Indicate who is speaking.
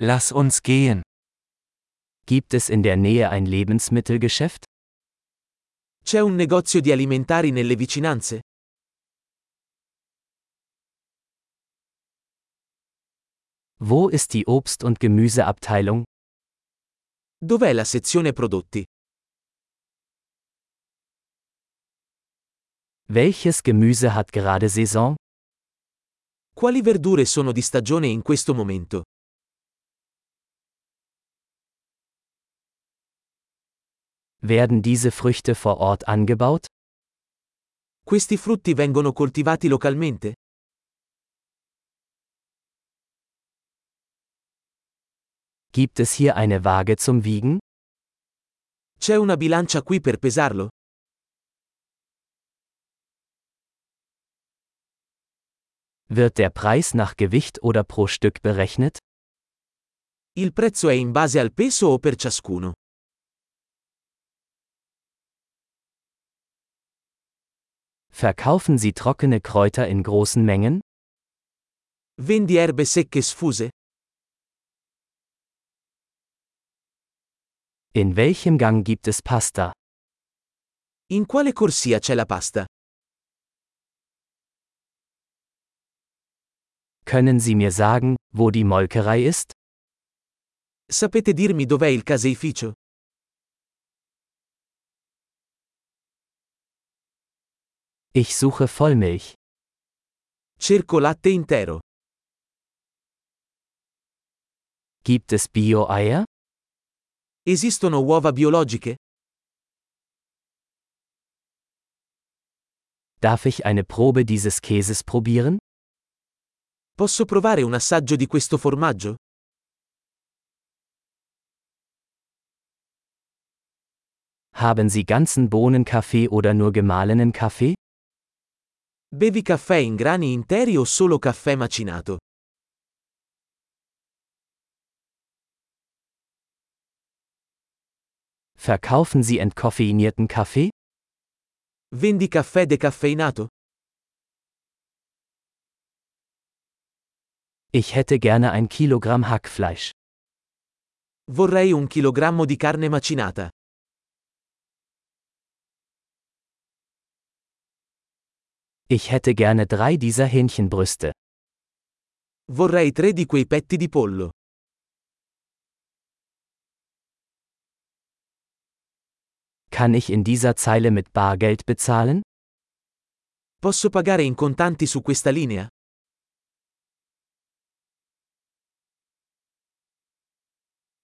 Speaker 1: Lass uns gehen.
Speaker 2: Gibt es in der Nähe ein Lebensmittelgeschäft?
Speaker 3: C'è un negozio di alimentari nelle vicinanze?
Speaker 2: Wo ist die Obst- und Gemüseabteilung?
Speaker 3: Dov'è la sezione prodotti?
Speaker 2: Welches Gemüse hat gerade Saison?
Speaker 3: Quali verdure sono di stagione in questo momento?
Speaker 2: Werden diese Früchte vor Ort angebaut?
Speaker 3: Questi frutti vengono coltivati localmente?
Speaker 2: Gibt es hier eine Waage zum Wiegen?
Speaker 3: C'è una bilancia qui per pesarlo?
Speaker 2: Wird der Preis nach Gewicht oder pro Stück berechnet?
Speaker 3: Il prezzo è in base al peso o per ciascuno?
Speaker 2: Verkaufen Sie trockene Kräuter in großen Mengen?
Speaker 3: Vendi erbe secche sfuse?
Speaker 2: In welchem Gang gibt es Pasta?
Speaker 3: In quale corsia c'è la pasta?
Speaker 2: Können Sie mir sagen, wo die Molkerei ist?
Speaker 3: Sapete dirmi dov'è il caseificio?
Speaker 2: Ich suche Vollmilch.
Speaker 3: Cerco latte intero.
Speaker 2: Gibt es Bio-Eier?
Speaker 3: Esistono uova biologiche?
Speaker 2: Darf ich eine Probe dieses Käses probieren?
Speaker 3: Posso provare un assaggio di questo formaggio?
Speaker 2: Haben Sie ganzen Bohnenkaffee oder nur gemahlenen Kaffee?
Speaker 3: Bevi caffè in grani interi o solo caffè macinato?
Speaker 2: Verkaufen Sie entkoffeinierten Kaffee?
Speaker 3: Vendi caffè decaffeinato?
Speaker 2: Ich hätte gerne ein Kilogramm Hackfleisch.
Speaker 3: Vorrei un chilogrammo di carne macinata.
Speaker 2: Ich hätte gerne drei dieser Hähnchenbrüste.
Speaker 3: Vorrei tre di quei petti di pollo.
Speaker 2: Kann ich in dieser Zeile mit Bargeld bezahlen?
Speaker 3: Posso pagare in contanti su questa linea?